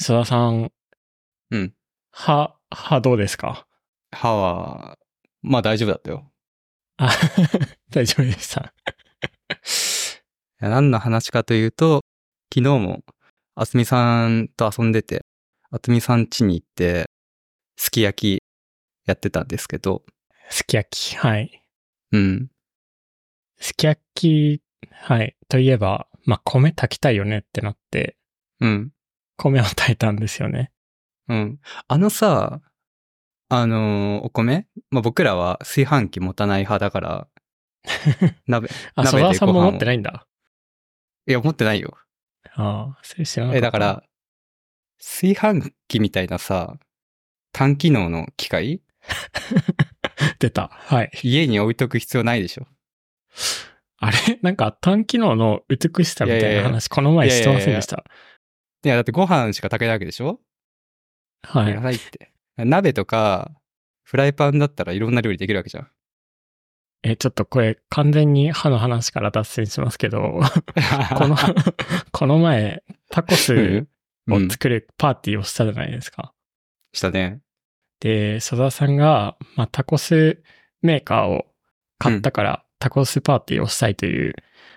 須田さん、うん。歯、歯どうですか 歯は、まあ大丈夫だったよ。あ、大丈夫でした。 いや何の話かというと、昨日も、あつみさんと遊んでて、あつみさん家に行って、すき焼きやってたんですけど、すき焼き、はい。うん。すき焼き、はい。といえば、まあ、米炊きたいよねってなって、うん。米を炊いたんですよね。うん。あのさ、あのーお米、まあ、僕らは炊飯器持たない派だ から、鍋、あ、鍋須で田さんもご飯を持ってないんだ。いや、持ってないよ。ああ、それ知らなかっえ、た。だか、ら、炊飯器みたいなさ、単機能の機械出た。はい。家に置いとく必要ないでしょ。あれなんか単機能の美しさみたいいやいなやい話、この前してませんでした。いや、だってご飯しか炊けないわけでしょはいいら。ないって。鍋とか、フライパンだったらいろんな料理できるわけじゃん。え、ちょっとこれ完全に歯の話から脱線しますけど、 この、 この前、タコスうをん、作るパーティーをしたじゃないですか。したね。で、佐田さんが、まあ、タコスメーカーを買ったから、タコスパーティーをしたいという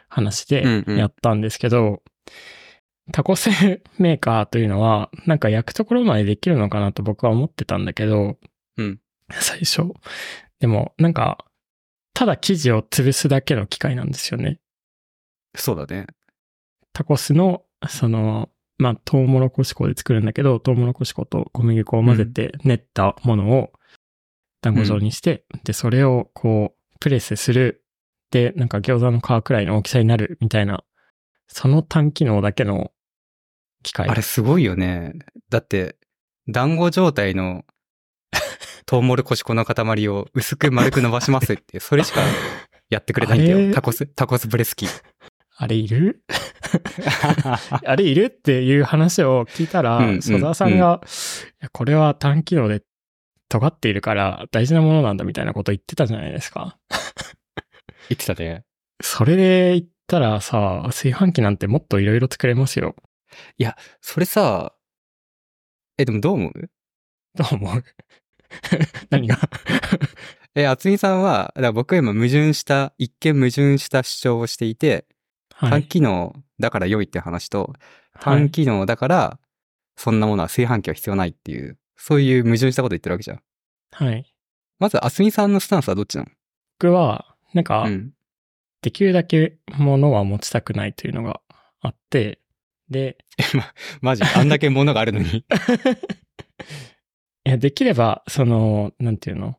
話うんでうんやったんですけど、タコスメーカーというのは、なんか焼くところまでできるのかなと僕は思ってたんだけど、うん最初。でも、なんか、ただ生地を潰すだけの機械なんですよね。そうだね。タコスの、その、まあ、トウモロコシ粉で作るんだけど、トウモロコシ粉と小麦粉を混ぜて練ったものを団子状にして、で、それをこう、プレスする。で、なんか餃子の皮くらいの大きさになるみたいな、その単機能だけの機械。あれすごいよね。だって、団子状 態のトウモロコシ粉の塊を薄く丸く伸ばしますって、それしかやってくれないんだあれよ。タコス、タコスブレスキー。あれいる あれいるっていう話を聞いたら、うんうん曽田さんが、いやこれは単機能で尖っているから大事なものなんだみたいなこと言ってたじゃないですか。言ってたね。それで言ったらさ、炊飯器なんてもっといろいろ作れますよ。それさ、え、でもどう思うどう思う 何がえ、厚みさんは、だから僕は今矛盾した、一見矛盾した主張をしていて、は単い。機能だから良いって話と、は単い、機能だから、そんなものは炊飯器は必要ないっていう、そういう矛盾したこと言ってるわけじゃん。はい。まず、あすみさんのスタンスはどっちなの僕は、なんか、うん。できるだけ物は持ちたくないというのがあって、で、 マジ、あんだけ物があるのに。いやできれば、その、なんていうの、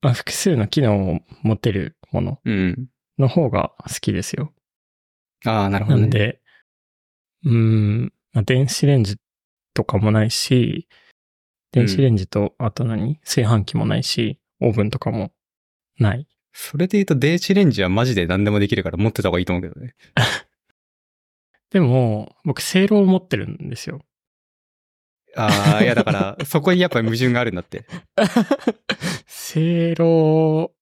まあ、複数の機能を持てるものうん。の方が好きですよ。ああ、なるほなど、ね。んで、うーん、まあ、電子レンジとかもないし、電子レンジと、あと何炊飯器もないし、オーブンとかもない。それで言うと、電子レンジはマジで何でもできるから持ってた方がいいと思うけどね。でも、僕、せいろを持ってるんです よ。ああ、いや だから、そこにやっぱり矛盾があるんだって。せいろ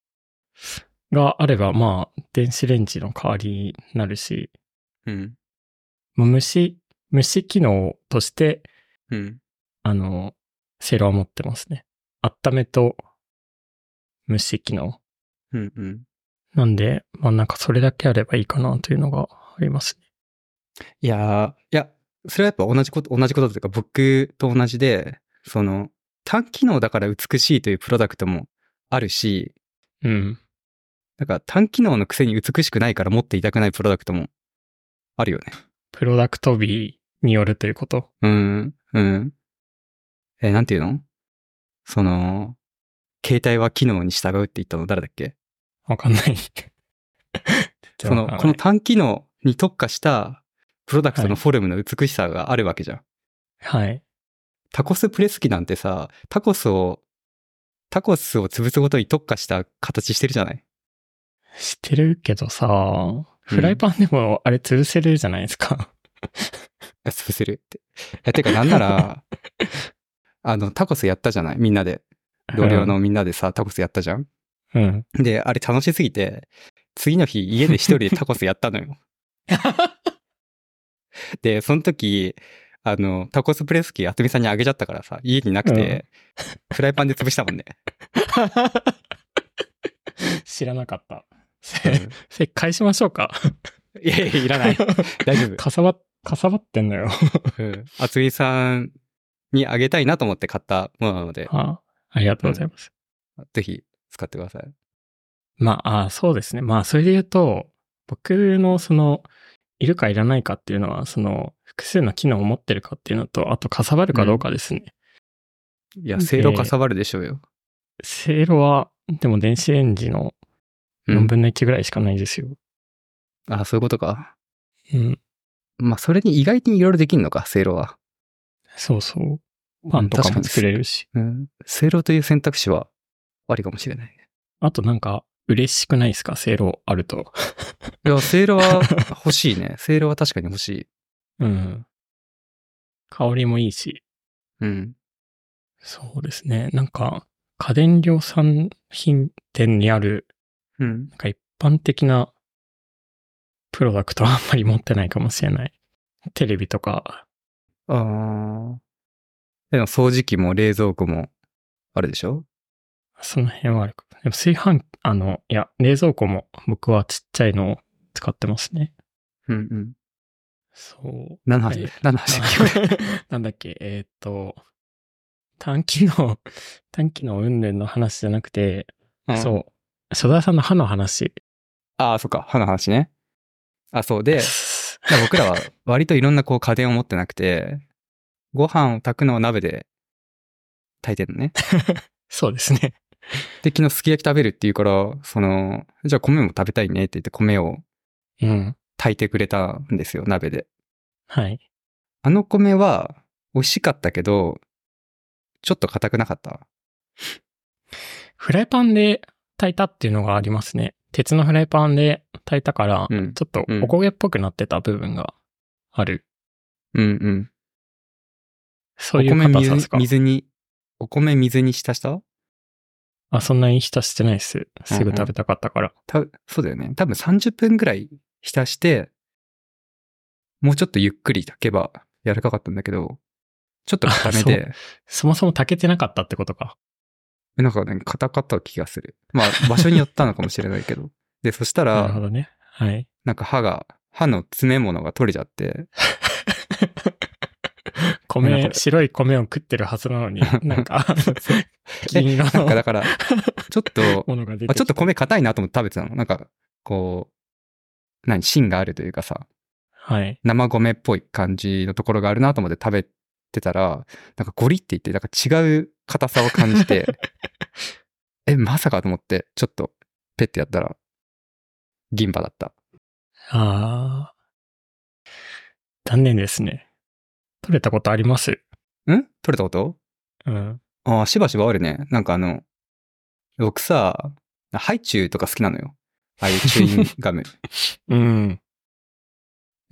があれば、まあ、電子レンジの代わりになるし、うん。まあ蒸し、蒸し機能として、うん。あの、せいろは持ってますね。温めと蒸し機能。うんうん。なんで、まあなんかそれだけあればいいかなというのがありますね。いやーいや、それはやっぱ同じこと、同じことというか、僕と同じで、その、単機能だから美しいというプロダクトもあるし、うん。なんか単機能のくせに美しくないから持っていたくないプロダクトもあるよね。プロダクトビによるということ。うん、うん。えーなんていうのその、携帯は機能に従うって言ったの誰だっけわかんない。 その、この単機能に特化したプロダクトはのいフォルムの美しさがあるわけじゃん。はい。タコスプレス機なんてさ、タコスを、タコスを潰すことに特化した形してるじゃない知ってるけどさ、フライパンでもあれ潰せるじゃないですか。あ潰せるって。え、てかなんな ら、あの、タコスやったじゃないみんなで。同僚のみんなでさ、タコスやったじゃんうん。うん。で、あれ楽しすぎて、次の日 家で一人でタコスやったのよ。で、その時、あの、タコスプレス機、あつみさんにあげちゃったからさ、家になくて、フライパンで潰した もんね。知らなかった。うんせ、せ、返しましょうか。いやいや、いらない。大丈夫。 かさば、かさばってん のよ。うんあつみさんにあげたいなと思って買ったものなので、あありがとうございます。ぜひ使ってください。まあ、あそうですね。まあ、それで言うと、僕のその、いるかいらないかっていうのは、その、複数の機能を持ってるかっていうのと、あと、かさばるかどうかですね。いや、性能かさばるでしょうよ。せいろは、でも電子レンジのうん4分の1ぐらいしかないですよ。あ、そういうことか。うん。まあ、それに意外にいろいろできるのか、せいろは。そうそう。パンとかうん確もに作れるし。うん。せいろという選択肢はありかもしれない。あと、なんか、嬉しくないですかせいろあると。いや、せいろ は欲しいね。せいろは確かに欲しい。うん。香りもいいし。うん。そうですね。なんか、家電量産品店にあるうん。なんか一般的なプロダクトはあんまり持ってないかもしれない。テレビとか、ああ。でも掃除機も冷蔵庫もあるでしょその辺はあるか。でも炊飯、あの、いや、冷蔵庫も僕はちっちゃいのを使ってますね。うんうん。そう。何の話、えー何の話だっけこれなんだっけ、えーっと、短期の、短期の云々の話じゃなくて、 うん。そう。初田さんの歯の話。ああ、そっか。歯の話ね。あ、そう で、そだから僕らは割といろんなこう家電を持ってなくて、ご飯を炊くのを鍋で炊いてる のね。うですね。で、昨日すき焼き食べるっていうから、その、じゃあ米も食べたいねって言って米をうん。炊いてくれたんですよ、鍋で。はい。あの米は美味しかったけど、ちょっと硬くなかった。フライパンで炊いたっていうのがありますね。鉄のフライパンで炊いたから、うんちょっとうんお焦げっぽくなってた部分がある。うんうん。そういうお硬米さで水すか水に、お米水に浸したあ、そんなに浸してないです。すぐ食べたかったから。たそうだよね。多分30分ぐらい浸して、もうちょっとゆっくり炊けば柔らかかったんだけど、ちょっと固めで、そもそも炊けてなかったってことか。なんかね、硬かった気がする。まあ、場所によったのかもしれないけど。 で、そしたなるほら、どね。はい。なんか歯が、歯の詰め物が取れちゃ って、なん米、か白い米を食ってるはずな のに、なんか、金色なんかだのから、ちょ っと、ものが出てきたあちょっと米硬いなと思って食べてたの。なんか、こう、何、芯があるというかさ、はい。生米っぽい感じのところがあるなと思って食べてたら、なんかゴリって言って、なんか違う硬さを感じて、え、まさかと思って、ちょっとペッてやったら、銀歯だった。ああ。残念ですね。取れたことあります。ん取れたことうん。ああ、しばしばあるね。なんかあの、僕さ、ハイチュウとか好きなのよ。ああいうチューインガム。うん。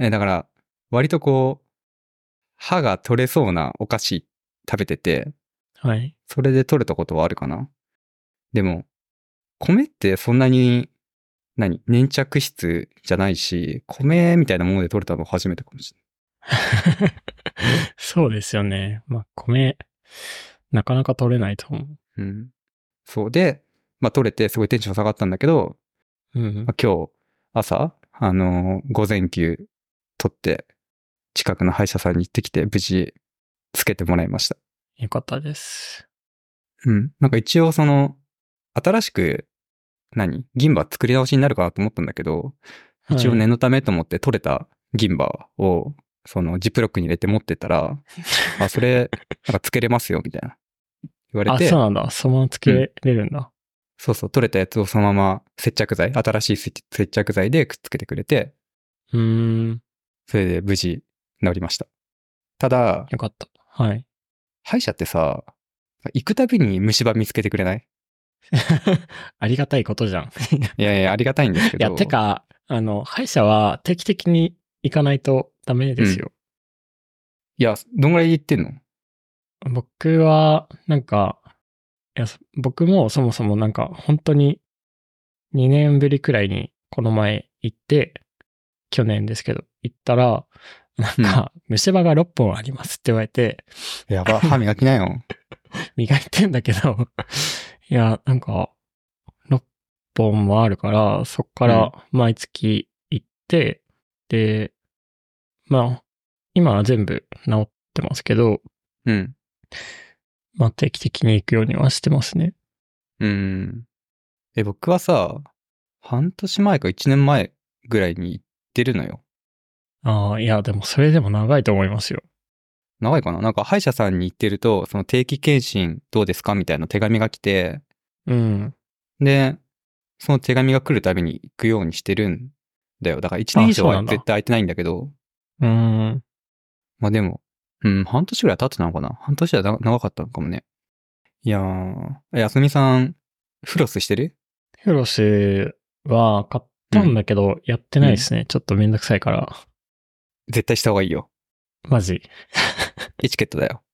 え、だから、割とこう、歯が取れそうなお菓子食べてて、はい。それで取れたことはあるかな。でも、米ってそんなに、何粘着質じゃないし、米みたいなもので取れたの初めてかもしれ そうですよね。まあ、米、なかなか取れないと思ない。うん。そうで、まあ取れてすごいテンション下がったんだけど、う。うんま。あ、今日朝、あのー午前休取って、近くの歯医者さんに行ってきて、無事、つけてもらいました。よかったです。うん。なんか一応その、新しく、何銀歯作り直しになるかなと思ったんだけど、一応はい。念のためと思って取れた銀歯を、そのジップロックに入れて持ってったら、 あ、それ、なんかつけれますよ、みたいな。言わあ、れてそう、なんだ。そのままつけれるんだ。そうそう、取れたやつをそのまま接着剤、新しい接接着剤でくっつけてくれて、うーん。それで無事治りました。ただ、よかった。はい。 歯医者ってさ、行くたびに虫歯見つけてくれないありがたいことじゃん。いいやいや、ありがたいんですけど。や、てか、あの、歯医者は定期的に行かないとダメですよ。いや、どんぐらい行ってんの僕は、なんか、いや、そ僕もそもそもなんか、本当に、2年ぶりくらいに、この前行って、去年ですけど、行ったら、なんか、虫歯が6本ありますって言われて、やば、歯磨きなよ。磨いてんだけど、 いや、なんか、6本もあるから、そっから毎月行って、で、まあ、今は全部治ってますけど、 うん。まあ定期的に行くようにはしてますね。うん。え、僕はさ、半年前か1年前ぐらいに行ってるのよ。ああ、いや、でもそれでも長いと思いますよ。長いかななんか歯医者さんに行ってると、その定期検診どうですかみたいな手紙が来て、うん。で、その手紙が来るたびに行くようにしてるんだよ。だから1年以あそ上うなはんだ絶対空いてないんだけど、うん。まあでも、うん、半年ぐらい経ってたのかな半年はな長かったのかもね。いやー、えあすみさん、フロスしてるヘロスは買ったんだけど、やってないですね。ちょっとめんどくさいから。絶対した方がいいよ。マジ。エチケットだよ。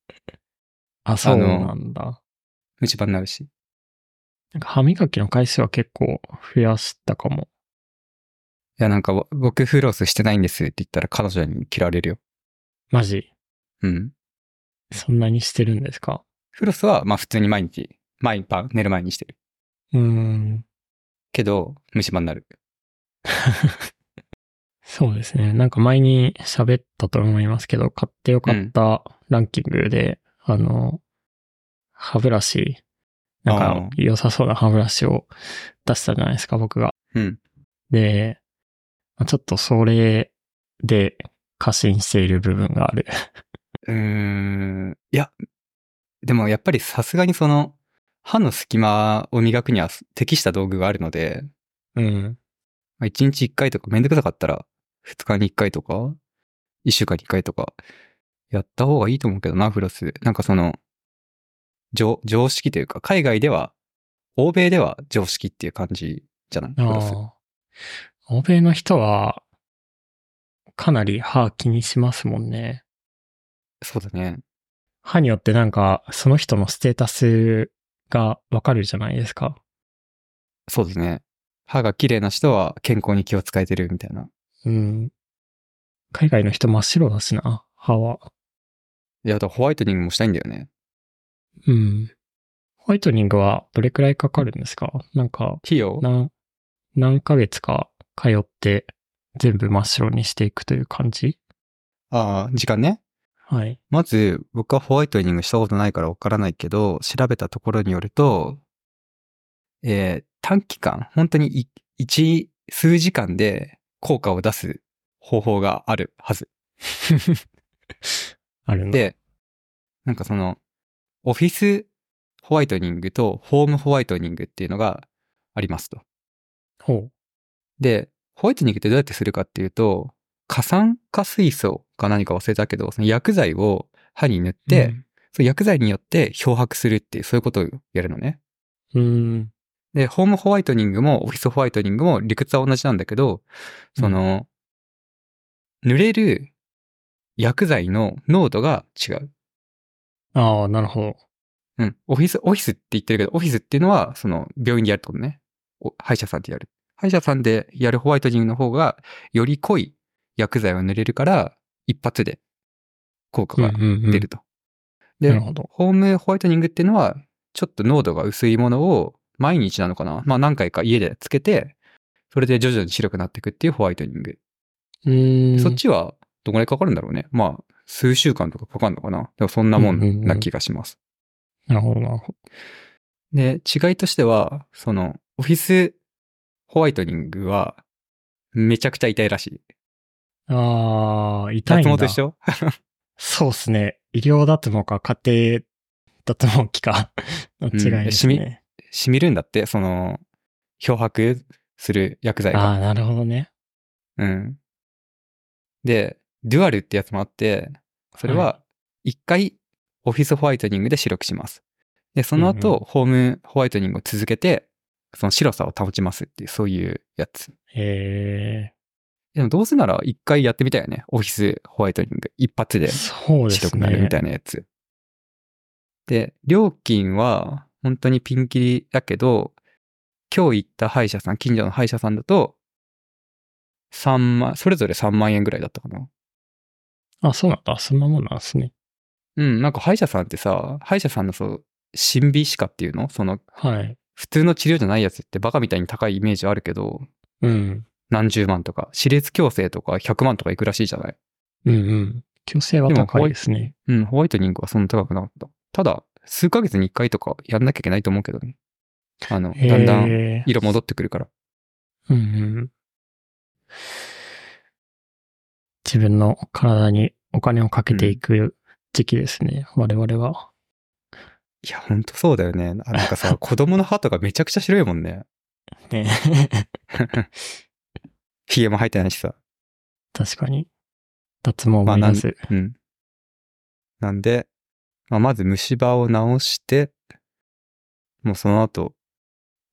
あ、そうなんだ。虫歯になるし。なんか歯磨きの回数は結構増やしたかも。いや、なんかわ、僕フロスしてないんですって言ったら彼女に嫌われるよ。マジ。うん。そんなにしてるんですかフロスは、まあ普通に毎日、毎晩寝る前にしてる。うーん。けど、虫歯になる。そうですね。なんか前に喋ったと思いますけど、買ってよかったランキングで、あの、歯ブラシ、なんあかー良さそうな歯ブラシを出したじゃないですか、僕が。うん。で、まあちょっとそれで過信している部分がある。うーん。いや、でもやっぱりさすがにその、歯の隙間を磨くには適した道具があるので、うん。まあ、1日1回とか、めんどくさかったら、2日に1回とか、1週間に1回とか、やった方がいいと思うけどな、フロス。なんかその、常、常識というか、海外では、欧米では常識っていう感じじゃないフロス。ああ。欧米の人は、かなり歯気にしますもんね。そうだね。歯によってなんか、その人のステータスがわかるじゃないですか。そうですね。歯が綺麗な人は健康に気を使えてるみたいな。うん。海外の人真っ白だしな、歯は。いや、だからホワイトニングもしたいんだよね。うん。ホワイトニングはどれくらいかかるんですかなんか、費用何、何ヶ月か通って、全部真っ白にしていくという感じああ、時間ね。はい。まず、僕はホワイトニングしたことないからわからないけど、調べたところによると、えー短期間、本当にい一、数時間で効果を出す方法があるはず。 あるんだ。で、なんかその、オフィスホワイトニングとホームホワイトニングっていうのがありますと。ほで、ホワイトニングってどうやってするかっていうと、過酸化水素か何か忘れたけど、その薬剤を歯に塗っう。て、その薬剤によって漂白するっていう、そういうことをやるのね。うん、うん。で、ホームホワイトニングもオフィスホワイトニングも理屈は同じなんだけど、その、濡れる薬剤の濃度が違う。ああ、なるほど。うん。オフィス、オフィスって言ってるけど、オフィスっていうのは、その、病院でやるってことね。お歯医者さんでやる。歯医者さんでやるホワイトニングの方が、より濃い薬剤を塗れるから、一発で効果がうんうんうん出ると。なでる、ほど。ホームホワイトニングっていうのは、ちょっと濃度が薄いものを毎日なのかな。まあ何回か家でつけて、それで徐々に白くなっていくっていうホワイトニング。うーん。そっちはどこらいかかるんだろうね。まあ、数週間とかかかるのかな。でもそんなもうんうんんうんな気がします。なるほど、なるほど。で、違いとしては、その、オフィスホワイトニングは、めちゃくちゃ痛いらしい。ああ、痛いん脱だ。毛と一緒そうっすね。医療脱毛か家庭脱毛器か の違いですね。染みるんだって、その、漂白する薬剤があ。あ、なるほどね。うん。で、デュアルってやつもあって、それは一回オフィスホワイトニングで白くします。で、そのうん後、ホームホワイトニングを続けて、その白さを保ちますっていう、そういうやつ。へでもどうせなら一回やってみたいよね。オフィスホワイトニング。一発え。でそうですね。白くなるみたいなやつ。で、料金は本当にピンキリだけど、今日行った歯医者さん、近所の歯医者さんだと、3万、それぞれ3万円ぐらいだったかな。あ、そうなんだ。そんなもんなんですね。うん、なんか歯医者さんってさ、歯医者さんのそう、神美歯科っていうのその、はい。普通の治療じゃないやつってバカみたいに高いイメージあるけど、うん。何十万とか、歯列矯正とか100万とかいくらしいじゃないうんうん。強制は高いですね。うん、ホワイトニングはそんな高くなかった。ただ、数ヶ月に1回とかやんなきゃいけないと思うけどね。あの、だんだんへー色戻ってくるから。うんうん。自分の体にお金をかけていく時期ですね。我々は。いや、ほんとそうだよね。あなんか さ、子供の歯とかめちゃくちゃ白いもんね。ねヒゲも生えてないしさ。 確かに。脱毛マイまあナス。うん。なんで、まあ、まず虫歯を治して、もうその後、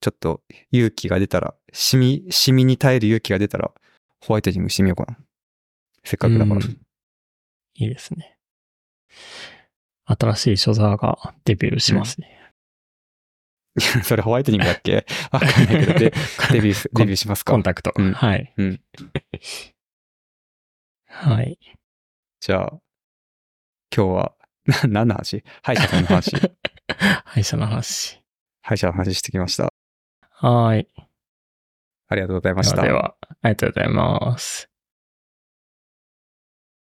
ちょっと勇気が出たら、シミ、シミに耐える勇気が出たら、ホワイトニングしてみようかな。せっかくだから。うんいいですね。新しい所沢がデビューします ね。 それホワイトニングだっけわかんないけど、で、デビューす、デビューしますコかン。タクト。うんはい。うんはい。 じゃあ、今日は、な、何の話歯医者さんの 話。歯医者の話。歯医者の話してきました。はい。ありがとうございまでしはた。では、ありがとうございます。